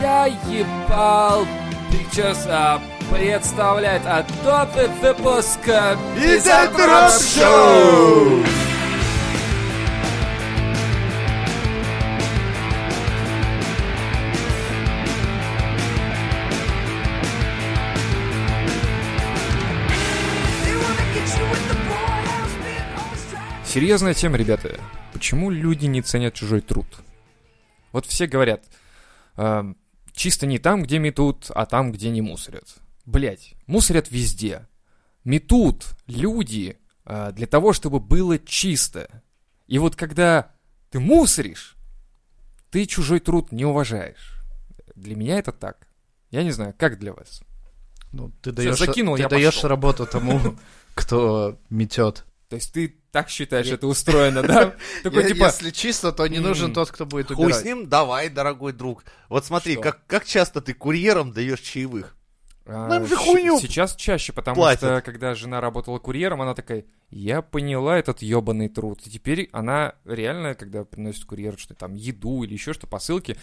Я ебал Pictures а, представляет Adobe выпуск а, Изотрап Изотрап Шоу! Серьезная тема, ребята. Почему люди не ценят чужой труд? Вот все говорят, «Эм, чисто не там, где метут, а там, где не мусорят. Блять, мусорят везде. Метут люди э, для того, чтобы было чисто. И вот когда ты мусоришь, ты чужой труд не уважаешь. Для меня это так. Я не знаю, как для вас. Ну, ты даешь, закинул, ты я даешь пошел. работу тому, кто метет. То есть ты так считаешь, это устроено, да? Такой типа, Если чисто, то не нужен М. тот, кто будет Хуй с убирать. ним, давай, дорогой друг. Вот смотри, Что? как, как часто ты курьером даешь чаевых? А, Нам же щ- хуйню Сейчас чаще, потому платят. что когда жена работала курьером, она такая, я поняла этот ебаный труд. И теперь она реально, когда приносит курьер, что там еду или еще что, посылки,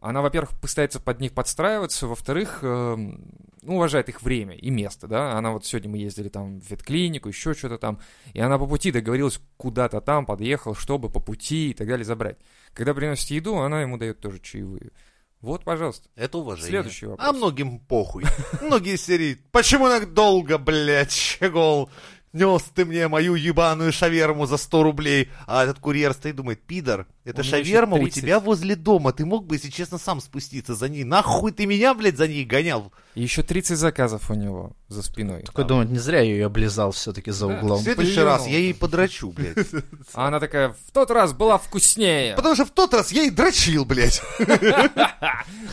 она, во-первых, пытается под них подстраиваться, во-вторых, эм, ну, уважает их время и место, да. Она вот сегодня мы ездили там в ветклинику, еще что-то там, и она по пути договорилась куда-то там, подъехал, чтобы по пути и так далее забрать. Когда приносит еду, она ему дает тоже чаевые. Вот, пожалуйста. Это уважение. Следующий вопрос. А многим похуй. Многие серии. Почему так долго, блядь, щегол? Нес ты мне мою ебаную шаверму за 100 рублей. А этот курьер стоит и думает, пидор, это У меня еще шаверма у 30. тебя возле дома. Ты мог бы, если честно, сам спуститься за ней. Нахуй ты меня, блядь, за ней гонял? И еще 30 заказов у него за спиной. Такой думает, не зря я ее облизал все-таки за Да, углом. В следующий плюнул. раз я ей подрачу, блядь. А она такая, в тот раз была вкуснее. Потому что в тот раз я и дрочил, блядь.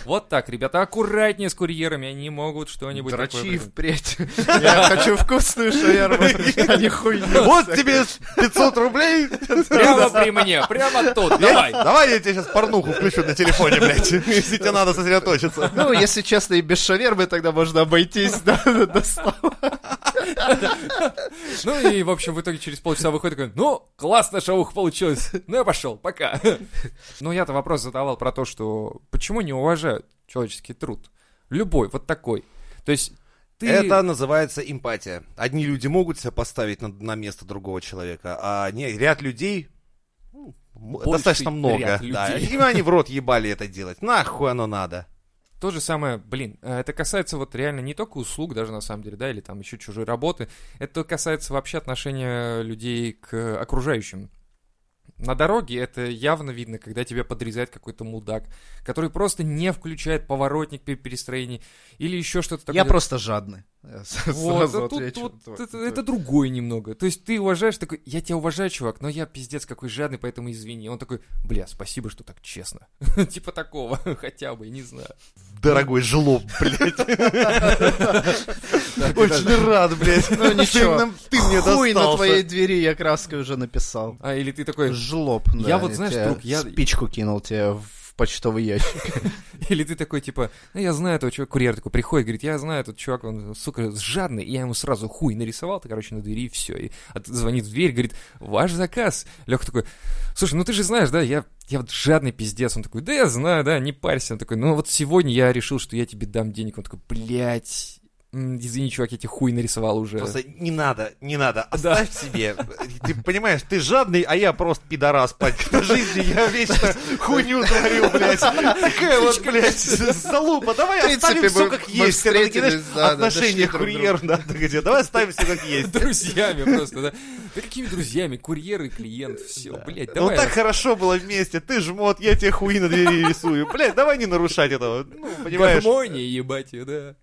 Вот так, ребята, аккуратнее с курьерами, они могут что-нибудь такое Дрочи придумать. впредь. Я хочу вкусную шаверму, а не хуйню. Вот тебе 500 рублей. Прямо при мне, прямо тут, давай. Давай я тебе сейчас порнуху включу на телефоне, блядь, если тебе надо сосредоточиться. Ну, если честно, и без шавермы тогда можно обойтись. да, да, да, с- Ну и, в общем, в итоге через полчаса выходит такой, ну, классно шоух получилось, ну я пошел, пока. Но я-то вопрос задавал про то, что почему не уважают человеческий труд? Любой, вот такой. То есть ты... Это называется эмпатия. Одни люди могут себя поставить на, на место другого человека, а не, ряд людей ну, м- Больший достаточно много. ряд Да, людей. им они в рот ебали это делать. Нахуй оно надо. То же самое, блин, э, это касается вот реально не только услуг даже на самом деле, да, или там еще чужой работы, это касается вообще отношения людей к э, окружающим. На дороге это явно видно, когда тебя подрезает какой-то мудак, который просто не включает поворотник при перестроении или еще что-то такое. Я просто жадный. Я с- Вот, Сразу а тут- отвечу. тут это, это другое немного. То есть ты уважаешь такой, я тебя уважаю, чувак, но я пиздец какой жадный, поэтому извини. Он такой, бля, спасибо, что так честно. Типа такого, хотя бы, не знаю. Дорогой жлоб, блядь. Очень рад, блядь. Ну ничего, Ты нам- ты мне хуй на достался. твоей двери я краской уже написал. А или ты такой, Жлоб, да, Я вот, знаешь, тебя друг, я- Спичку кинул тебе в почтовый ящик. Или ты такой, типа, ну я знаю этого чувака, курьер такой приходит, говорит, я знаю этот чувак, он, сука, жадный, и я ему сразу хуй нарисовал, ты, короче, на двери, и все, и от- звонит в дверь, говорит, ваш заказ. Леха такой, слушай, ну ты же знаешь, да, я, я вот жадный пиздец. Он такой, да я знаю, да, не парься. Он такой, ну вот сегодня я решил, что я тебе дам денег. Он такой, блядь, м, извини, чувак, я тебе хуй нарисовал уже. Просто не надо, не надо, оставь себе. Ты понимаешь, ты жадный, а я просто пидорас, пать. По жизни я вечно хуйню творю, блядь. Такая вот, блядь, залупа. Давай В принципе, оставим все мы- как мы есть. Это такие, знаешь, встретились, да, да, дошли Отношения друг к другу. курьер, да, так где, Давай оставим все как есть. Друзьями просто, да. Да какими друзьями? Курьер и клиент, все, блядь, Ну давай. так хорошо было вместе. Ты жмот, я тебе хуи на двери рисую. Блядь, давай не нарушать этого. Ну, понимаешь. Гармония, ебать, её, да.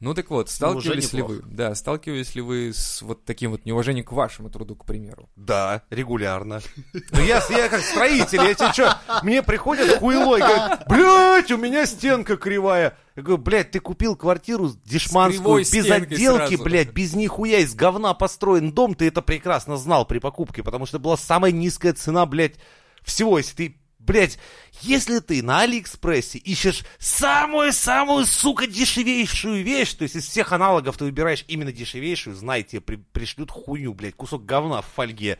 Ну так вот, сталкивались ли неплохо. вы, да, сталкивались ли вы с вот таким вот неуважением к вашему труду, к примеру? Да, регулярно. Ну я, я как строитель, я тебе что, мне приходят хуйло и говорят, блядь, у меня стенка кривая. Я говорю, блядь, ты купил квартиру дешманскую, кривой без стенкой отделки, сразу». блядь, без нихуя, из говна построен дом, ты это прекрасно знал при покупке, потому что была самая низкая цена, блядь, всего, если ты Блять, если ты на Алиэкспрессе ищешь самую-самую, сука, дешевейшую вещь, то есть из всех аналогов ты выбираешь именно дешевейшую, знай, тебе при- пришлют хуйню, блядь, кусок говна в фольге.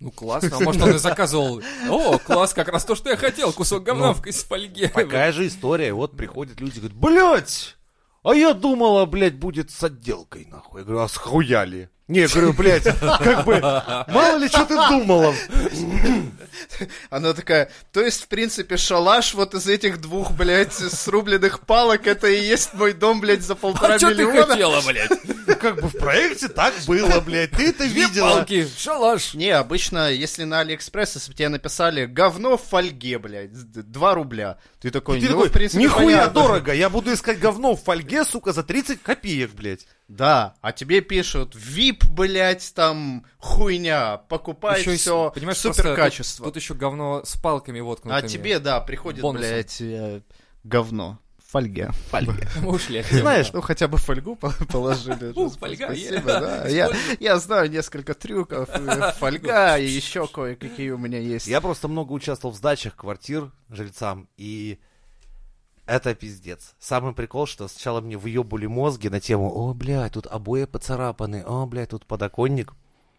Ну классно, а может он и заказывал. О, класс, как раз то, что я хотел, кусок говна в из фольге. Такая же история. Вот приходят люди и говорят, блядь, а я думала, блядь, будет с отделкой, нахуй. Я говорю, а схуяли? Не, я говорю, блядь, как бы, мало ли, что ты думала. Она такая, то есть, в принципе, шалаш вот из этих двух, блядь, срубленных палок, это и есть мой дом, блядь, за полтора А что ты миллиона? хотела, блядь? Ну, как бы в проекте так было, блядь, ты это Две видела. палки, шалаш. Не, обычно, если на Алиэкспресс, если бы тебе написали говно в фольге, блядь, д- 2 рубля, ты такой, И ты ну, такой, в принципе, нихуя понятно». дорого, я буду искать говно в фольге, сука, за 30 копеек, блядь. Да, а тебе пишут VIP, блядь, там, хуйня, покупай Ещё и с- все, просто супер качество. Тут, еще говно с палками А воткнутыми. тебе, да, приходит, бонусы. блядь, э, говно в фольге. Мы ушли от темы. Знаешь, Ну, хотя бы фольгу по- положили. Ух, фольга, Спасибо, я- да. Я, я знаю несколько трюков. э, Фольга и еще кое-какие у меня есть. Я просто много участвовал в сдачах квартир жильцам, и это пиздец. Самый прикол, что сначала мне выебали мозги на тему «О, блядь, тут обои поцарапаны, о, блядь, тут подоконник».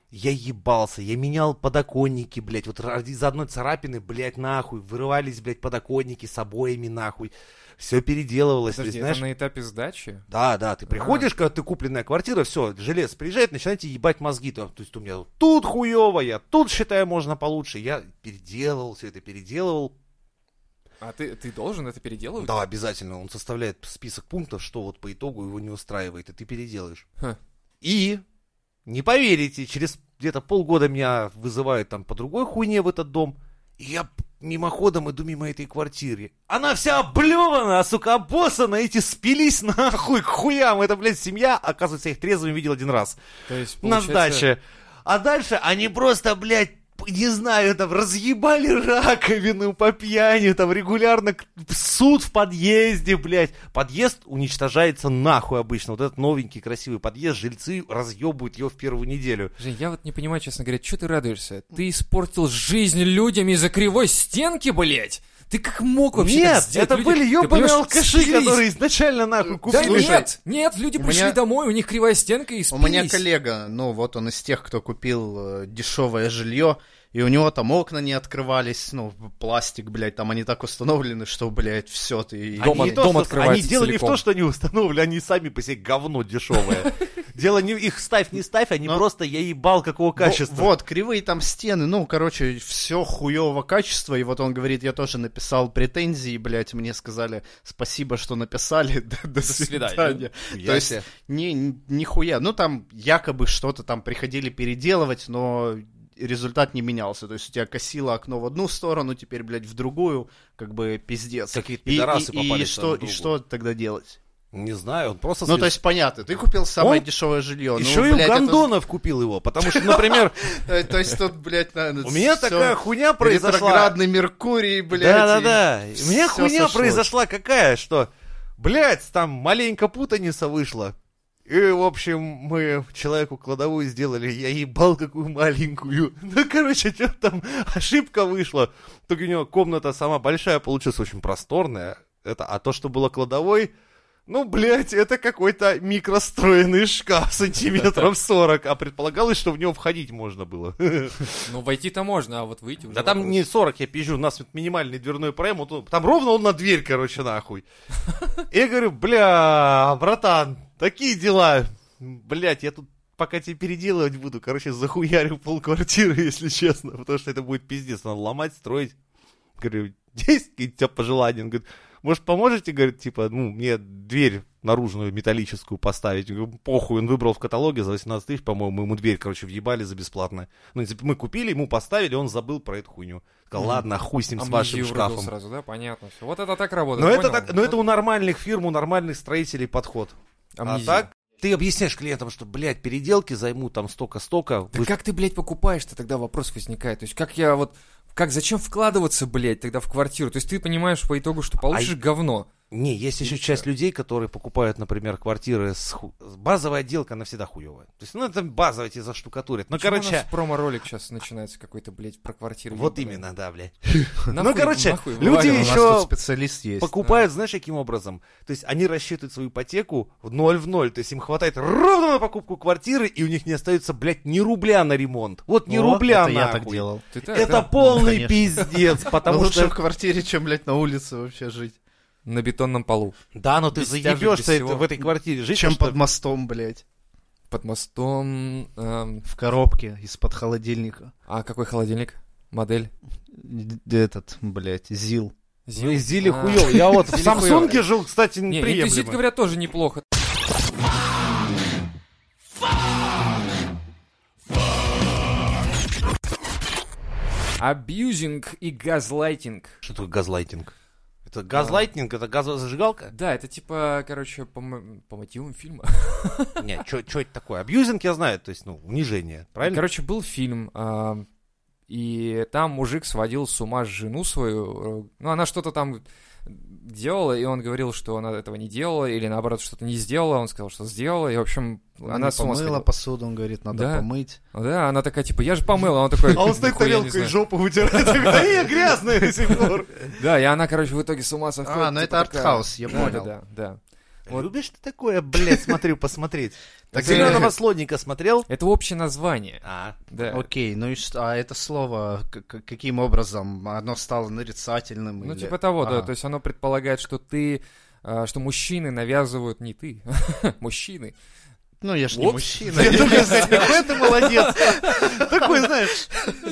Я ебался, я менял подоконники, блядь, вот ради- из-за одной царапины, блядь, нахуй, вырывались, блядь, подоконники с обоями, нахуй. Все переделывалось, то есть, Подожди, это знаешь... на этапе сдачи? Да, да, ты приходишь, когда ты купленная квартира, все, желез приезжает, начинаете ебать мозги. То, то есть у меня тут хуево, я тут считаю можно получше. Я переделывал все это, переделывал. А ты, ты должен это переделывать? Да, обязательно, он составляет список пунктов, что вот по итогу его не устраивает, и ты переделаешь. Ха. И, не поверите, через где-то полгода меня вызывают там по другой хуйне в этот дом, и я мимоходом иду мимо этой квартиры. Она вся облевана, сука, обоссана, эти спились нахуй к хуям. Это, блядь, семья, оказывается, я их трезвым видел один раз То есть, на получается, сдаче. А дальше они просто, блядь, п- не знаю, там разъебали раковину по пьяни, там регулярно к- суд в подъезде, блядь. Подъезд уничтожается нахуй обычно. Вот этот новенький красивый подъезд, жильцы разъебывают его в первую неделю. Жень, я вот не понимаю, честно говоря, что ты радуешься? Ты испортил жизнь людям из-за кривой стенки, блять! Ты как мог вообще так Нет, сделать? это Люди- были ты ебаные понимаешь, алкаши, спились. которые изначально нахуй Да купили. нет, нет, люди У пришли меня- домой, у них кривая стенка и У спились. меня коллега, ну вот он из тех, кто купил э, дешевое жилье, и у него там окна не открывались, ну, пластик, блядь, там они так установлены, что, блядь, все, ты... Дом Они от- не то, дом что- открывается Они дело не в целиком. то, что они установили, они сами по себе говно дешевое. Дело не в их ставь, не ставь, они Но- просто я ебал какого Во- качества. Вот, кривые там стены, ну, короче, все хуевого качества, и вот он говорит, я тоже написал претензии, блядь, мне сказали, спасибо, что написали, до, до свидания. свидания. Нихуя То есть, себе. ни, ни- нихуя, ну, там якобы что-то там приходили переделывать, но результат не менялся, то есть у тебя косило окно в одну сторону, теперь, блядь, в другую, как бы пиздец. Какие-то И- и- пидорасы и, попались что, друг и другу. что тогда делать? Не знаю, он просто... Ну, то есть, понятно, ты купил самое Он дешевое жилье. Еще ну, и у блядь, это- Гондонов купил его, потому что, например, Э, То есть тут, блядь, надо... у меня всё- такая хуйня произошла. Ретроградный Меркурий, блядь. Да-да-да, и у меня всё хуйня сошлось. произошла какая, что, блядь, там маленько путаница вышла. И, в общем, мы человеку кладовую сделали, я ебал какую маленькую. Ну, короче, что там, ошибка вышла. Только у него комната сама большая получилась, очень просторная. Это, а то, что было кладовой, ну, блядь, это какой-то микростроенный шкаф сантиметров 40, а предполагалось, что в него входить можно было. Ну, войти-то можно, а вот выйти уже Да там вопрос. не 40, я пизжу, у нас вот минимальный дверной проем, вот он- там ровно он на дверь, короче, нахуй. И я говорю, бля, братан, такие дела, блять, я тут пока тебе переделывать буду, короче, захуярю полквартиры, если честно, потому что это будет пиздец, надо ломать, строить. Говорю, есть какие-то у тебя пожелания? Он говорит, может, поможете, говорит, типа, ну, мне дверь наружную металлическую поставить. Я говорю, похуй, он выбрал в каталоге за 18 тысяч, по-моему, ему дверь, короче, въебали за бесплатно. Ну, типа, мы купили, ему поставили, он забыл про эту хуйню. Сказал, Мгм. ладно, хуй с ним, с Амнезию вашим врубил шкафом. сразу, да, понятно. Все. Вот это так работает. Но это, понял? так, но это Вот у нормальных фирм, у нормальных строителей подход. амнезия. А так ты объясняешь клиентам, что, блядь, переделки займут там столько-столько. Да Вы- как ты, блядь, покупаешь-то тогда вопрос возникает? То есть как А я вот... Как, зачем вкладываться, блядь, тогда в квартиру? То есть ты понимаешь по итогу, что получишь говно. Не, есть еще часть людей, которые покупают, например, квартиры с... ху- с- Базовая отделка, она всегда хуевая. То есть, ну, это базовая тебе заштукатурят. Ну, Почему у короче, нас промо-ролик сейчас начинается какой-то, блядь, про квартиру. вот ебаную? именно, да, блядь. Ну, Нахуй- короче, нахуй люди вываливаем. У нас еще тут специалист есть. Покупают, знаешь, каким образом? То есть, они рассчитывают свою ипотеку в ноль в ноль. То есть, им хватает ровно на покупку квартиры, и у них не остается, блядь, ни рубля на ремонт. Вот ни Вот, рубля это я нахуй. так делал. Ты так, Это да? полный конечно. пиздец, Но потому лучше что... в квартире, чем, блядь, на улице вообще жить. На бетонном полу. Да, но ты Без тяжек, без заебешься это- всего. в этой квартире жить. чем потому под мостом, блядь. Под мостом... эм, В коробке из-под холодильника. а какой холодильник? Модель? Д- Этот, блядь, ЗИЛ. что- Ну, и Зили А. хуёв. Я вот в Зили Самсунге хуёв. жил, кстати, Не, неприемлемо. интузит, говорят, тоже неплохо. Абьюзинг и газлайтинг. Что такое газлайтинг? Это газлайтинг, это газовая зажигалка? Да, это типа, короче, по, м- по мотивам фильма. Не, что это такое? Абьюзинг я знаю, то есть, ну, унижение, правильно? Короче, был фильм, а, и там мужик сводил с ума жену свою. э, Ну, она что-то там делала, и он говорил, что она этого не делала, или наоборот, что-то не сделала. Он сказал, что сделала, и, в общем, она Не с ума помыла сходила. посуду, он говорит, надо Да. помыть. Да, она такая, типа, я же помыла. А Он такой, А он стоит «Нихуя не тарелкой знаю». жопу вытирает. Да я грязный до сих пор. Да, и она, короче, в итоге с ума сходит. А, ну типа это такая. артхаус, я Да, понял. Да, да, да. Вот. Любишь ты такое, блядь, смотрю, посмотреть. Так, Зеленого э, слоника смотрел? Это общее название. А, Да. Окей, ну и что? А это слово к- к- каким образом? Оно стало нарицательным? Ну, или- типа того, да. Ага. То есть оно предполагает, что ты а, что мужчины навязывают не ты, мужчины. Ну, я ж не Опс. мужчина. Я думаю, сказать, какой ты молодец. Такой, знаешь,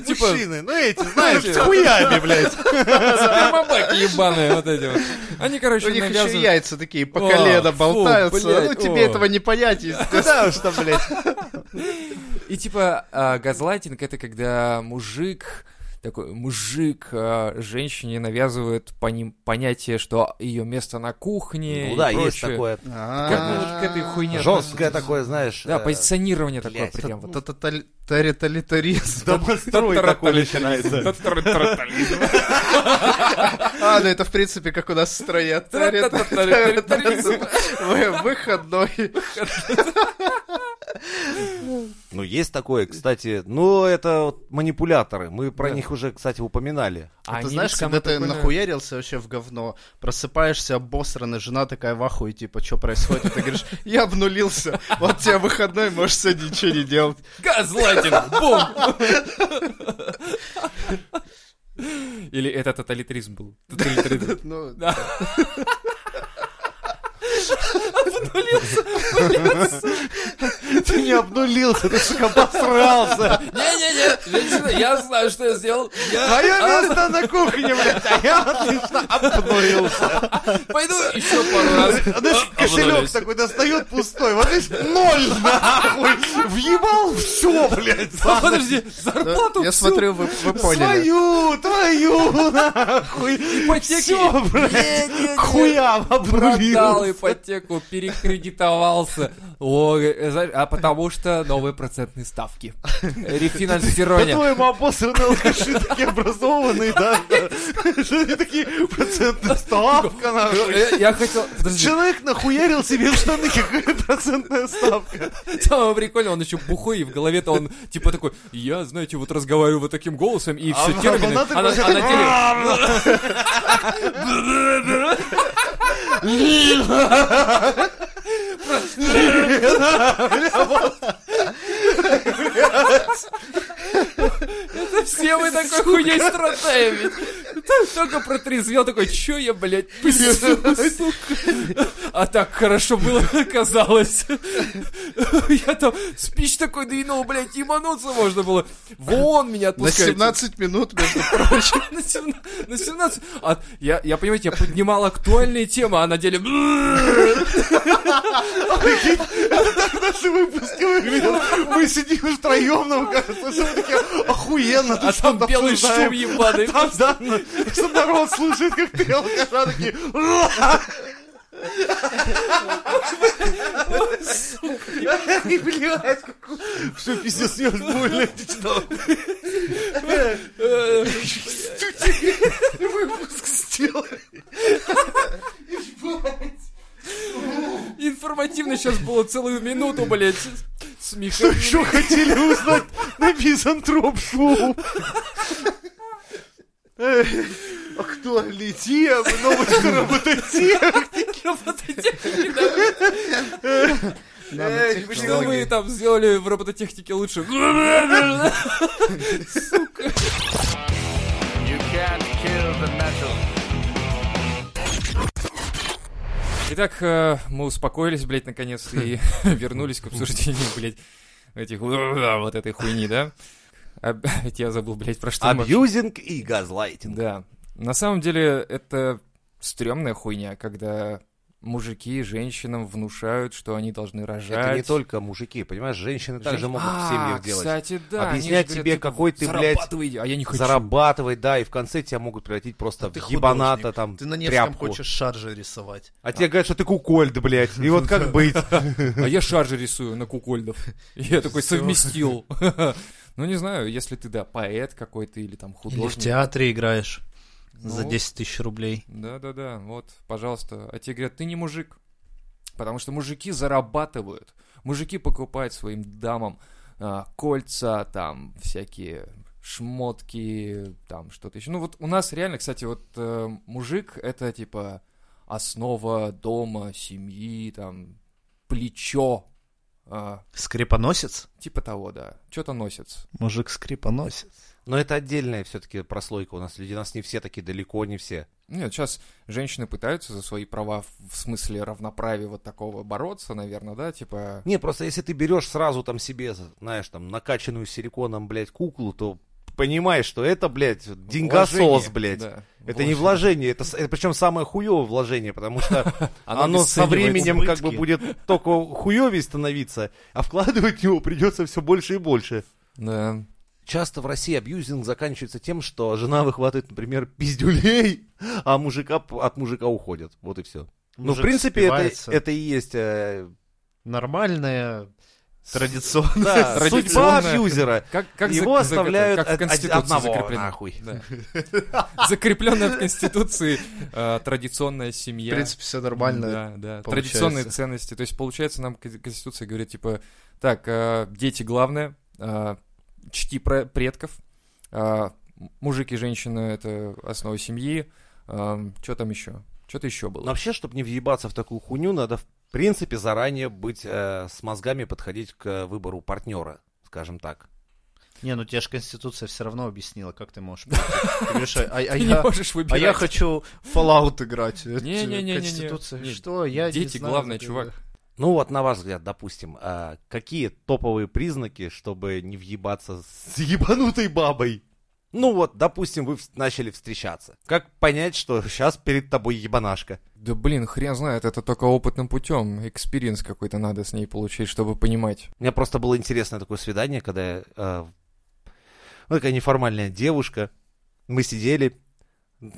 типа- мужчины, ну эти, знаешь, Знаете, с хуями, блядь. Супермобаки ебаные вот эти вот. Они, короче, У них еще навязывают. и яйца такие О, по колено фу, болтаются. блядь, ну, тебе о. этого не понять, Да уж там, блядь. И типа а, газлайтинг это когда мужик такой мужик а, женщине навязывает по ним понятие, что ее место на кухне. Ну и да, есть прочее. такое. А. Как мы вот к этой хуйне Жесткое относимся? такое, знаешь. Да, э, позиционирование такое блядь, прям вот. Тоталитаризм. Домострой такой начинается. А, ну это в принципе как у нас в стране. Вы- Выходной. Ну, есть такое, кстати. Ну, это вот манипуляторы. Мы про Да. них уже, кстати, упоминали. А Ты они знаешь, самое когда ты прикольное- нахуярился вообще в говно, просыпаешься обосранный, жена такая в ахуе, типа, что происходит? И Ты говоришь, я обнулился, вот тебе выходной, можешь сегодня ничего не делать. Газлайтинг! Бум! Или это тоталитаризм был? Тоталитаризм. Ну, Да. Ты не обнулился, ты сука посрался. Не-не-не, женщина, я знаю, что я сделал. Я Твое место на кухне, блядь, а я отлично обнулился. пойду Ну, еще пару раз. А Знаешь, кошелек Обнулюсь. такой достает пустой. Вот видишь, ноль нахуй. Въебал все, блядь. А, Подожди, зарплату Я всю, смотрю, вы вы поняли. Свою, твою, нахуй. ипотеки. Все, блядь. Не-не-не. К хуям Продал обнулился. ипотеку, перекредитовался. О, э, знаешь, а потому что новые процентные ставки. Рефинансирование. По-твоему, обосранные алкаши такие образованные, да? Что они такие, процентная ставка, нахуй. Э, Я хотел... Подожди, Человек нахуярил себе в штаны, какая процентная ставка. самое прикольное, он еще бухой, и в голове-то он типа такой, я, знаете, вот разговариваю вот таким голосом, и все А термины... она ты а на- просто а на деле- Все вы такой хуйней страдаете. ведь. Ты Только протрезвел, такой, чё я, блядь, писю, сука?» А так хорошо было, оказалось. Я там спич такой двинул, блядь, ебануться можно было. Вон меня На отпускаете. 17 минут, между На 17. На 17. А, я, я, понимаете, я поднимал актуальные темы, а на деле... Наши выпуски выглядят. Мы сидим втроем, нам кажется, что мы такие охуенно. А тут там что-то белый шум обсуждаем. ебаный. Там, да, что народ слушает, как ты алкаша, такие... «Ура!» И, блядь, все пиздец, мне аж больно. Ты что? э, Выпуск сделали. И противно сейчас было целую минуту, блядь, с Что еще Михаилом. хотели узнать на Мизантроп Шоу? А Актуалитет, новость Что вы там сделали в робототехнике лучше? Сука. Итак, э, мы успокоились, блядь, наконец, и вернулись к обсуждению, блядь, этих... э, Вот этой хуйни, да? А, Ведь я забыл, блядь, про что мы Абьюзинг и газлайтинг. Да. На самом деле, это стрёмная хуйня, когда мужики женщинам внушают, что они должны рожать. Это не только мужики, понимаешь, женщины также Жен- могут в А, семьях делать. кстати, да. Объяснять они же тебе, типа, какой ты, блядь, зарабатывай, а я не хочу. Зарабатывать, да, и в конце тебя могут превратить просто Ты в ебаната, художник. там, Ты на Невском тряпку. хочешь шаржи рисовать. А тебе говорят, что ты кукольд, блядь, и вот как быть? А я шаржи рисую на кукольдов. И я такой Всё. совместил. Ну, не знаю, если ты, да, поэт какой-то или там Или в художник. театре играешь за Ну. 10 тысяч рублей. Да-да-да, вот, пожалуйста. А тебе говорят, ты не мужик. Потому что мужики зарабатывают. Мужики покупают своим дамам а, кольца, там, всякие шмотки, там, что-то еще. Ну, вот у нас реально, кстати, вот э, мужик — это, типа, основа дома, семьи, там, плечо. а, Скрипоносец? типа того, да. Что-то носится. Мужик скрипоносец. Но это отдельная все-таки прослойка у нас. Люди, у нас не все такие, далеко не все. Нет, сейчас женщины пытаются за свои права в- в смысле равноправия вот такого бороться, наверное, да, типа... Не, просто если ты берешь сразу там себе, знаешь, там, накачанную силиконом, блядь, куклу, то понимаешь, что это, блядь, деньгосос, Вложение, блядь. да, Это не вложение, это, с- это причем самое хуевое вложение, потому что Оно оно, со обесценивается. временем как бы Убытки. будет только хуевее становиться, а вкладывать в него придется все больше и больше. Да. Часто в России абьюзинг заканчивается тем, что жена выхватывает, например, пиздюлей, а мужика п- от мужика уходит. Вот и все. Ну, в Мужик принципе, это, спивается. это и есть э, нормальная традиционная. да, судьба Традиционная. абьюзера. Как, как за- Его за- оставляют как в од- од- Конституции одного, закреплено. нахуй. Да. Закрепленная в Конституции э, традиционная семья. В принципе, все нормально. Да, да. получается. Традиционные ценности. То есть, получается, нам кон- Конституция говорит, типа, так, э, дети главное, э, чти пра- предков, э, мужик и женщина — это основа семьи, что там еще? Что-то еще Но было. вообще, чтобы не въебаться в такую хуйню, надо, в принципе, заранее быть э, с мозгами подходить к э, выбору партнера, скажем так. Не, ну тебе же Конституция все равно объяснила, как ты можешь. прийти. Ты говоришь, а- а- а Ты не я- можешь А выбирать. я хочу в Fallout играть. Это Не-не-не-не-не. Конституция. Нет, Что? Я не дети знаю, главное, это- чувак. Ну вот, на ваш взгляд, допустим, э, какие топовые признаки, чтобы не въебаться с ебанутой бабой? Ну вот, допустим, вы вс- начали встречаться. Как понять, что сейчас перед тобой ебанашка? Да блин, хрен знает, это только опытным путем. Экспириенс какой-то надо с ней получить, чтобы понимать. У меня просто было интересное такое свидание, когда я, э, ну, такая неформальная девушка. Мы сидели,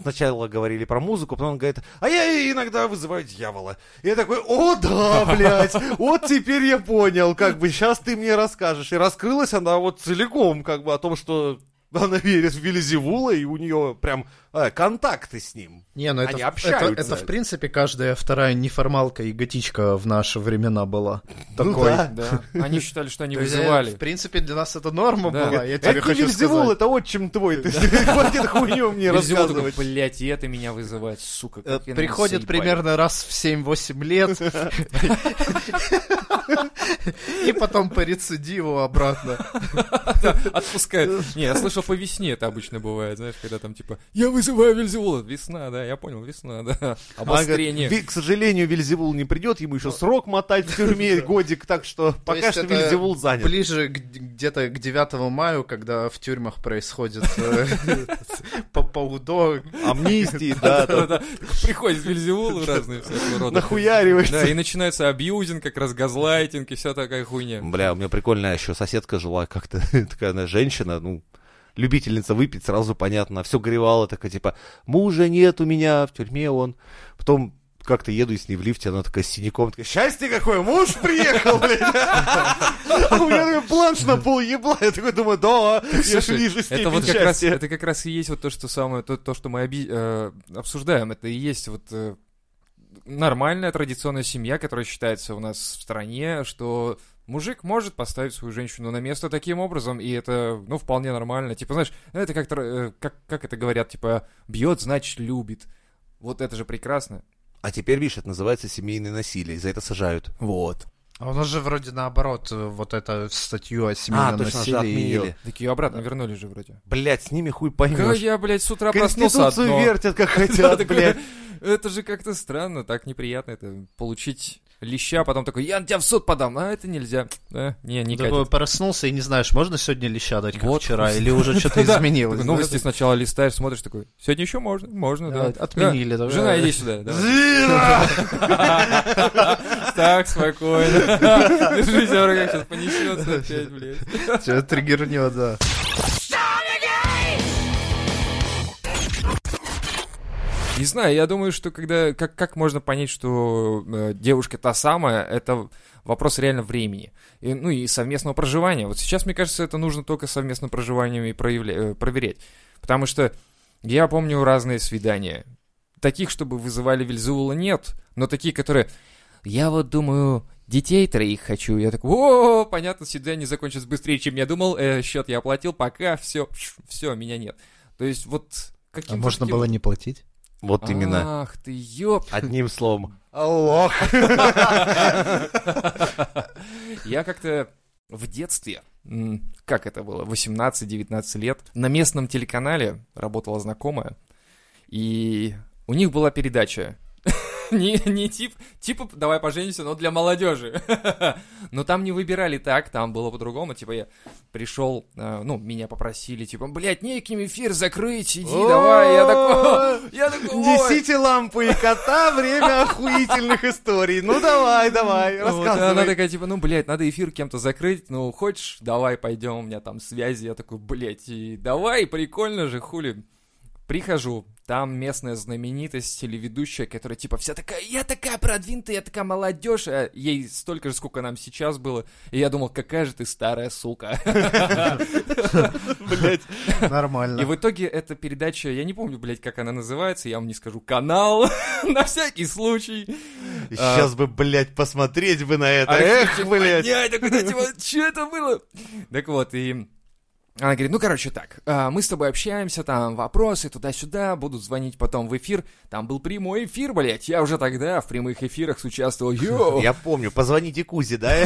сначала говорили про музыку, потом он говорит, а я иногда вызываю дьявола. И я такой, о да, блядь, вот теперь я понял, как бы сейчас ты мне расскажешь. И раскрылась она вот целиком, как бы о том, что она верит в Велизевула, и у нее прям э, контакты с ним. Не, ну это, Они в- это, общаются. это, в принципе каждая вторая неформалка и готичка в наши времена была. Ну Такой. да. Да. Они считали, что они То есть, э, вызывали. В принципе, для нас это норма Да. была, я это тебе не хочу Вельзевул, сказать. это отчим твой. Ты хватит хуйню мне Вильзевул такой, рассказывать. блядь, и это меня вызывает, сука. Э, как я на Приходит них заебаю». примерно раз в 7-8 лет. И потом по рецидиву обратно. Отпускает. Не, я слышал по весне это обычно бывает, знаешь, когда там типа, я вызываю Вильзевула. Весна, да, я понял, весна, да. Она говорит, Обострение. «Ви- к сожалению, Вильзевул не придет, ему еще срок мотать в тюрьме годик, так что пока есть что это Вильзевул занят. Ближе к- где-то к 9 мая, когда в тюрьмах происходит э, по УДО, Амнистии, да, там, Да-да-да. Приходит Вильзевул разные всякого рода. нахуяриваешься. Да, и начинается абьюзинг, как раз газлайтинг и вся такая хуйня. Бля, у меня прикольная еще соседка жила как-то, такая она женщина, ну, любительница выпить, сразу понятно, все горевала, такая типа, мужа нет у меня, в тюрьме он. Потом как-то еду и с ней в лифте, она такая с синяком, такая, счастье какое, муж приехал, блядь. А у меня такой бланш на пол ебла, я такой думаю, да, я же Слушай, вижу это степень вот как раз, счастья. это как раз и есть вот то, что самое, то, то что мы оби- э, обсуждаем, это и есть вот э, нормальная традиционная семья, которая считается у нас в стране, что мужик может поставить свою женщину на место таким образом, и это, ну, вполне нормально. Типа, знаешь, это как, тр- э, как, как это говорят, типа, бьет, значит, любит. Вот это же прекрасно. А теперь, видишь, это называется семейное насилие, и за это сажают. Вот. А у нас же вроде наоборот, э, вот эту статью о семейном а, точно, же насилии. её- отменили. Так ее обратно вернули же вроде. Блять, с ними хуй Как поймешь. я, блядь, с утра проснулся Конституцию одно. вертят, как хотят, Да, блядь. такое, «Э, Это же как-то странно, так неприятно это получить леща, а потом такой, я на тебя в суд подам, а это нельзя. Да, не, не Да, катит. проснулся и не знаешь, можно сегодня леща дать, как Вот. вчера, или уже что-то Да. изменилось. Такой, да? Новости сначала листаешь, смотришь, такой, сегодня еще можно, можно, да. Да, Отменили. Да. да. Жена, иди сюда. давай. Зина! Так, спокойно. Держись, я как сейчас понесется опять, блядь. Тебя триггернет, да. Не знаю, я думаю, что когда... Как, как можно понять, что э, девушка та самая, это вопрос реально времени. И, ну и совместного проживания. Вот сейчас, мне кажется, это нужно только совместным проживанием и проявля- э, проверять. Потому что я помню разные свидания. Таких, чтобы вызывали Вильзула, нет. Но такие, которые... Я вот думаю, детей троих хочу. Я такой, о, понятно, свидание закончится быстрее, чем я думал. Э, счет я оплатил, пока, все, все, меня нет. То есть вот... А каким-то можно таким- было не платить? Вот именно. Ах ты, ёп. Одним словом. Лох. Я как-то в детстве, м, как это было, 18-19 лет, на местном телеканале работала знакомая, и у них была передача. Не, не тип, типа, давай поженимся, но для молодежи. Но там не выбирали так, там было по-другому. Типа я пришел, э, ну, меня попросили, типа, блядь, неким эфир закрыть, иди, давай. Я такой, я такой, «Ой». Несите лампы и кота, время охуительных историй. Ну давай, давай, Вот, и она рассказывай. такая, типа, ну, блядь, надо эфир кем-то закрыть, ну, хочешь, давай, пойдем, у меня там связи. Я такой, блядь, и давай, прикольно же, хули. Прихожу, там местная знаменитость, телеведущая, которая, типа, вся такая, я такая продвинутая, я такая молодежь, а ей столько же, сколько нам сейчас было. И я думал, какая же ты старая сука. Блядь. И Нормально. в итоге эта передача, я не помню, блядь, как она называется, я вам не скажу, канал, на всякий случай. Сейчас бы, блядь, посмотреть бы на это. А Эх, блядь. Я такой, да, типа, что это было? Так вот, и... Она говорит, ну, короче, так, а, мы с тобой общаемся, там вопросы туда-сюда, будут звонить потом в эфир. Там был прямой эфир, блядь, я уже тогда в прямых эфирах участвовал. Йоу, Я помню, позвоните Кузе, да?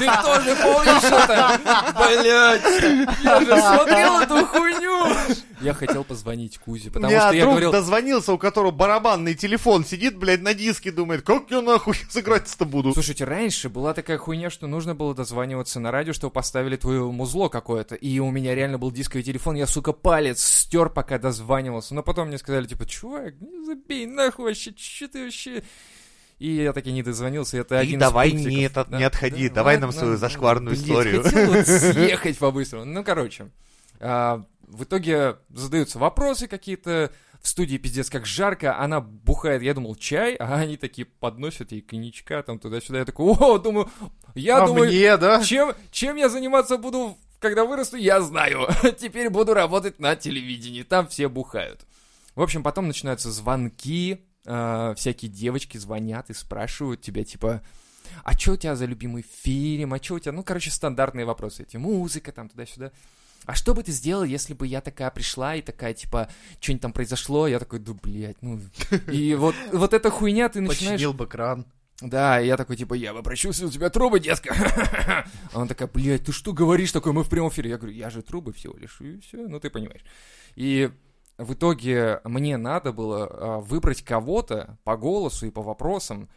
ты тоже помнишь это? Блядь, я же смотрел эту хуйню. Я хотел позвонить Кузе, потому меня что я друг говорил... дозвонился, у которого барабанный телефон сидит, блядь, на диске, думает, как я нахуй сыграть-то буду? Слушайте, раньше была такая хуйня, что нужно было дозваниваться на радио, чтобы поставили твое музло какое-то. И у меня реально был дисковый телефон, я, сука, палец стер, пока дозванивался. Но потом мне сказали, типа, чувак, не забей нахуй вообще, че ты вообще... И я таки не дозвонился, это И один давай из пунктиков. не этот, Да, не отходи, да, давай ладно, нам свою ладно, зашкварную блядь, историю. хотел вот съехать по-быстрому. Ну, короче. а, в итоге задаются вопросы какие-то. В студии пиздец как жарко. Она бухает, я думал, чай, а они такие подносят ей коньячка там туда-сюда. Я такой, о, думаю, я А думаю, мне, да? чем, чем я заниматься буду, когда вырасту, я знаю. Теперь буду работать на телевидении. Там все бухают. В общем, потом начинаются звонки. э, всякие девочки звонят и спрашивают тебя, типа, а что у тебя за любимый фильм? А что у тебя... Ну, короче, стандартные вопросы эти. Музыка там туда-сюда. А что бы ты сделал, если бы я такая пришла и такая, типа, что-нибудь там произошло? Я такой, да, блядь, ну... И вот, вот эта хуйня, ты начинаешь... Починил бы кран. Да, и я такой, типа, я бы прочувствовал у тебя трубы, детка. А он такая, блядь, ты что говоришь такое, мы в прямом эфире. Я говорю, я же трубы всего лишь, и все, ну ты понимаешь. И в итоге мне надо было а, выбрать кого-то по голосу и по вопросам,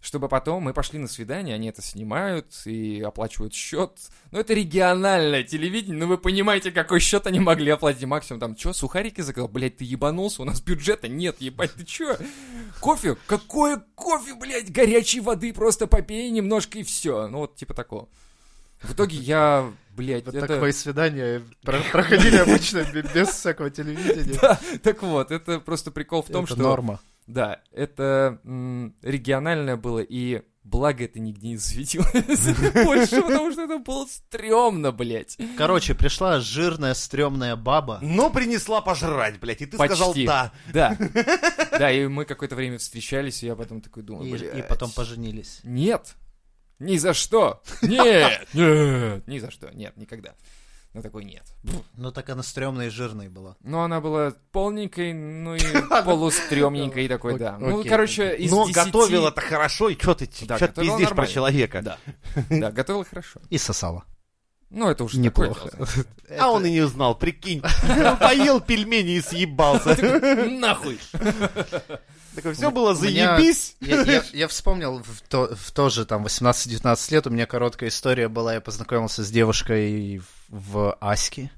чтобы потом мы пошли на свидание, они это снимают и оплачивают счет. Ну, это региональное телевидение, ну вы понимаете, какой счет они могли оплатить. Максимум там, что, сухарики заказал? Блядь, ты ебанулся, у нас бюджета нет, ебать, ты чё? Кофе? Какое кофе, блядь? Горячей воды просто попей немножко и все. Ну, вот типа такого. В итоге я, блядь, Вот это... такое свидание про- проходили обычно бе- без всякого телевидения. Да, так вот, это просто прикол в том, Это что... норма. Да, это м, региональное было, и Благо это нигде не засветилось больше, потому что это было стрёмно, блядь. Короче, пришла жирная, стрёмная баба. Но принесла пожрать, блядь, и ты Почти. сказал «да». Да. Да, и мы какое-то время встречались, и я потом такой думал, И, блядь. и потом поженились. Нет. Ни за что. Нет. Нет. Ни за что. Нет, никогда. Ну такой нет. Ну так она стрёмная и жирная была. Но она была полненькой, ну и полустрёмненькой такой, да. Ну, Окей. короче, из Но 10 готовила-то хорошо, и что ты, чё Да, ты готовила пиздишь про нормально. человека? Да. Да, готовила хорошо. И сосала. Ну, это уже такое Неплохо. дело. А он и не узнал, прикинь. Поел пельмени и съебался. Нахуй. Такой, все было У меня- заебись. Я, я- я вспомнил в, то, в тоже там 18-19 лет у меня короткая история была. Я познакомился с девушкой в, в Аське.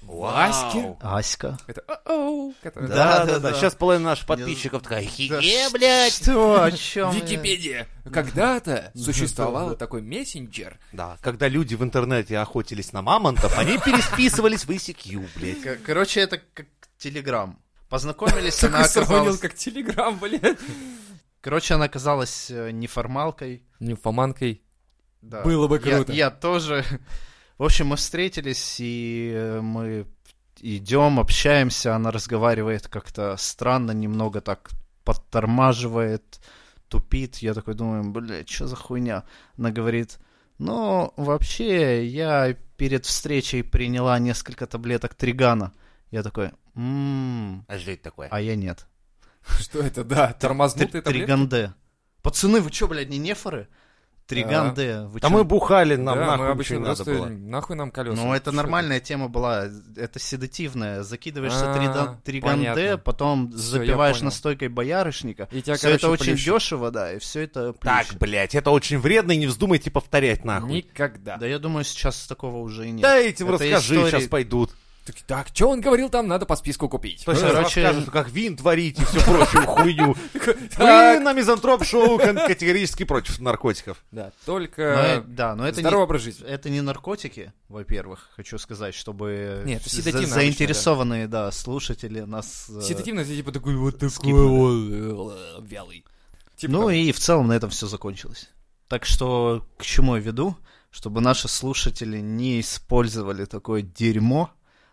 Ваське? Аська. Это о-оу. которая- Да, да, Да-да-да. да. Сейчас половина наших подписчиков такая, хиге, ш- блядь. Что? О чем? Википедия. э, Когда-то существовал такой мессенджер. Да, когда люди в интернете охотились на мамонтов, они пересписывались в ICQ, блядь. Короче, это как Телеграм. Познакомились, она Такой сравнил, оказалась... как Телеграм, блядь. Короче, она оказалась э, неформалкой. Нимфоманкой. Да. Было бы Я- круто. Я, тоже. В общем, мы встретились, и э, мы идем, общаемся, она разговаривает как-то странно, немного так подтормаживает, тупит. Я такой думаю, бля, что за хуйня? Она говорит, ну, вообще, я перед встречей приняла несколько таблеток Тригана. Я такой, «М, А что это такое? а я нет. Что это, да, тормознутые таблетки. Триганде. Пацаны, вы что, блядь, не нефоры? А, Триганде. вы Да чё? мы бухали, нам Да, мы нахуй ничего обычно не надо просто было. нахуй нам колеса. Ну, это Что нормальная тема была, это седативная. Закидываешься А, трида- понятно. триганде, потом запиваешь понял. настойкой боярышника. И тебя, все это короче, очень плющит. дешево, да, и все это Так, плющит. блядь, это очень вредно, и не вздумайте повторять нахуй. Никогда. Да я думаю, сейчас такого уже и нет. Да этим Это расскажи, история- сейчас пойдут. Так, так, что он говорил, там надо по списку купить. То есть Короче- расскажут, Ну, как вин творить и все прочую хуйню. Мы Так. на мизантроп шоу кон- категорически против наркотиков. Да, Но э- только да, но это здоровый не... образ жизни. Это не наркотики, во-первых, хочу сказать, чтобы Нет, это за- седативно обычно, заинтересованные, да. слушатели нас... э, Ситуативно, ты типа такой вот такой скипнули. вот, э, э, вялый. Типа ну того. и в целом на этом все закончилось. Так что к чему я веду? Чтобы наши слушатели не использовали такое дерьмо,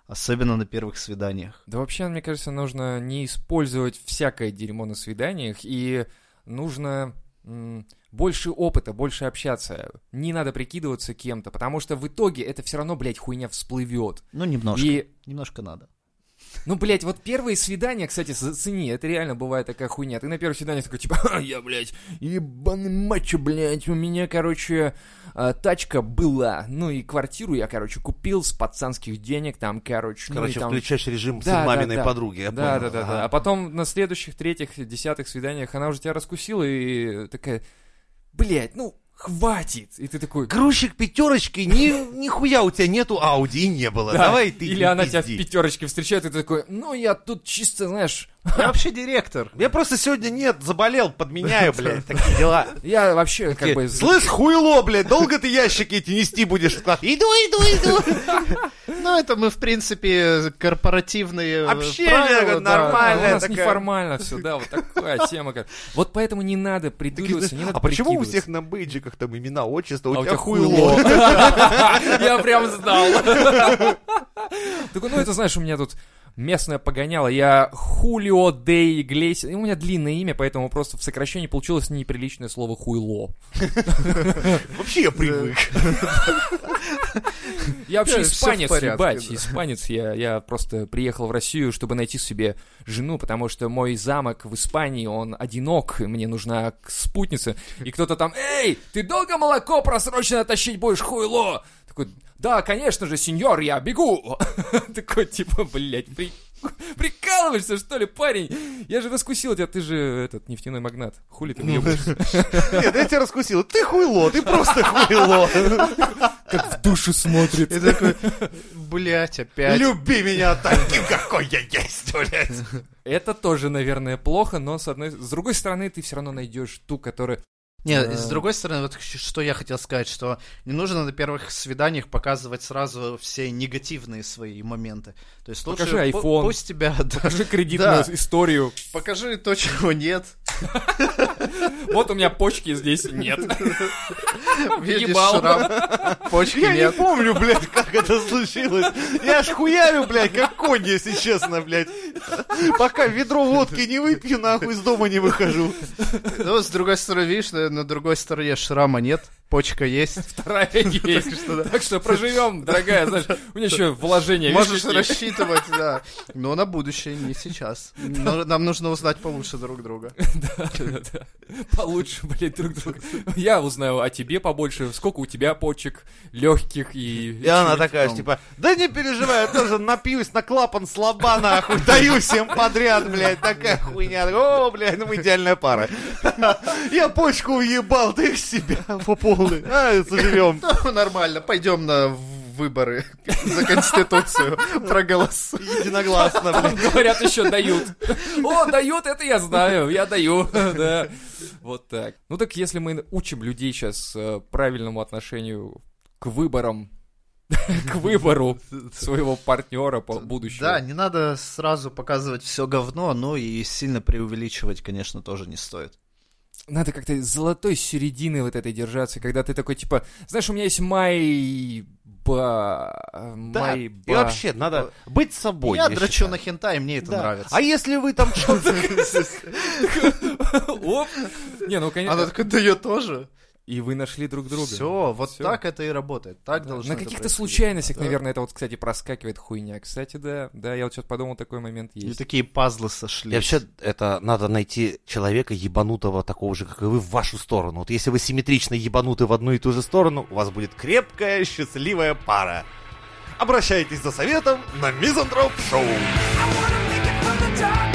особенно на первых свиданиях. Да вообще, мне кажется, нужно не использовать всякое дерьмо на свиданиях, и нужно м, больше опыта, больше общаться. Не надо прикидываться кем-то, потому что в итоге это все равно, блядь, хуйня всплывет. Ну, немножко. И Немножко надо. Ну, блядь, вот первые свидания, кстати, зацени, это реально бывает такая хуйня. Ты на первое свидание такой, типа, «Ха, я, блядь, ебаный мачо, блядь, у меня, короче, а, тачка была, ну и квартиру я, короче, купил с пацанских денег, там, короче, ну, и Короче, там... включаешь режим с Да, да, маминой да. подруги. я Да, да, понял. да, Ага. да. А потом на следующих, третьих, десятых свиданиях она уже тебя раскусила и такая, блядь, ну, хватит. И ты такой... Грузчик пятерочки, ни, нихуя у тебя нету Ауди и не было. «Да». Давай ты Или не она тебя в пизди. пятерочке встречает, и ты такой, ну, я тут чисто, знаешь, Я вообще директор. Я просто сегодня нет, заболел, подменяю, блядь, такие дела. я вообще как бы... Слышь, хуйло, блядь, долго ты ящики эти нести будешь? в склад? Иду, иду, иду. Ну, это мы, в принципе, корпоративные э, Общение правила, да. нормальное. у нас такая. неформально все, да, вот такая тема. как- Вот поэтому не надо придуриваться, не надо А почему у прикидываться. всех на бейджиках там имена, отчество, А у тебя хуйло? хуйло. Я прям знал. Так, ну это, знаешь, у меня тут местное погоняло. Я Хулио Дей Иглесиас. У меня длинное имя, поэтому просто в сокращении получилось неприличное слово хуйло. Вообще я привык. Я вообще Да, Э, всё в испанец, порядке, ебать, да. испанец. Я, я просто приехал в Россию, чтобы найти себе жену, потому что мой замок в Испании, он одинок, и мне нужна к- спутница. И кто-то там, эй, ты долго молоко просроченно тащить будешь, хуйло? Такой, да, конечно же, сеньор, я бегу. Такой, типа, блядь, при- Прикалываешься, что ли, парень? Я же раскусил тебя, ты же этот нефтяной магнат. Хули ты Ну, въебаешься? Нет, я тебя раскусил. Ты хуйло, ты просто хуйло. Как в душу смотрит. И такой, блять, опять. Люби меня таким, какой я есть, блядь. Это тоже, наверное, плохо, но с одной... С другой стороны, ты все равно найдешь ту, которая Не, Да. с другой стороны, вот щ- что я хотел сказать, что не нужно на первых свиданиях показывать сразу все негативные свои моменты. То есть лучше Покажи пу- iPhone. пусть тебя... да, Покажи кредитную Да. историю. Покажи то, чего нет. Вот у меня почки здесь нет. Видишь, Въебал. шрам, почки Я не нет. помню, блядь, как это случилось. Я аж хуярю, блядь, как конь, если честно, блядь. Пока ведро водки не выпью, нахуй из дома не выхожу. Ну, с другой стороны, видишь, на на другой стороне шрама нет, почка есть. Вторая есть. Так что проживем, дорогая, знаешь, у меня еще вложения. видишь, Можешь какие? рассчитывать, да. Но на будущее, не сейчас. Но нам нужно узнать получше друг друга. Да-да-да. Получше, блядь, друг друга. Я узнаю о тебе побольше, сколько у тебя почек легких и... И она такая, ж, типа, да не переживай, я тоже напьюсь на клапан слаба, нахуй, даю всем подряд, блядь, такая хуйня. О, блядь, ну мы идеальная пара. Я почку уебал, ты их себя по полной. А, заживем. Ну, Нормально, пойдем на выборы за Конституцию, проголосуем. Единогласно, блядь. Говорят, еще дают. О, дают, это я знаю, я даю. Да. Вот так. Ну так если мы учим людей сейчас правильному отношению к выборам, к выбору своего партнера по будущему. Да, не надо сразу показывать все говно, но и сильно преувеличивать, конечно, тоже не стоит. Надо как-то золотой середины вот этой держаться, когда ты такой, типа, знаешь, у меня есть май... Ба... Да, Май... и Ба... вообще надо быть собой. Я, считаю. дрочу на хентай, мне это Да. нравится. А если вы там что-то... Оп! Не, ну Она конечно. такая, да я тоже. И вы нашли друг друга. Все, вот Всё. так это и работает. Так должно На это каких-то происходить. случайностях, Да. наверное, это вот, кстати, проскакивает хуйня. Кстати, да, да, я вот сейчас подумал, такой момент И есть. такие пазлы сошли. И вообще, это надо найти человека ебанутого, такого же, как и вы, в вашу сторону. Вот если вы симметрично ебануты в одну и ту же сторону, у вас будет крепкая, счастливая пара. Обращайтесь за советом на Мизантроп Шоу. I wanna make it from the dark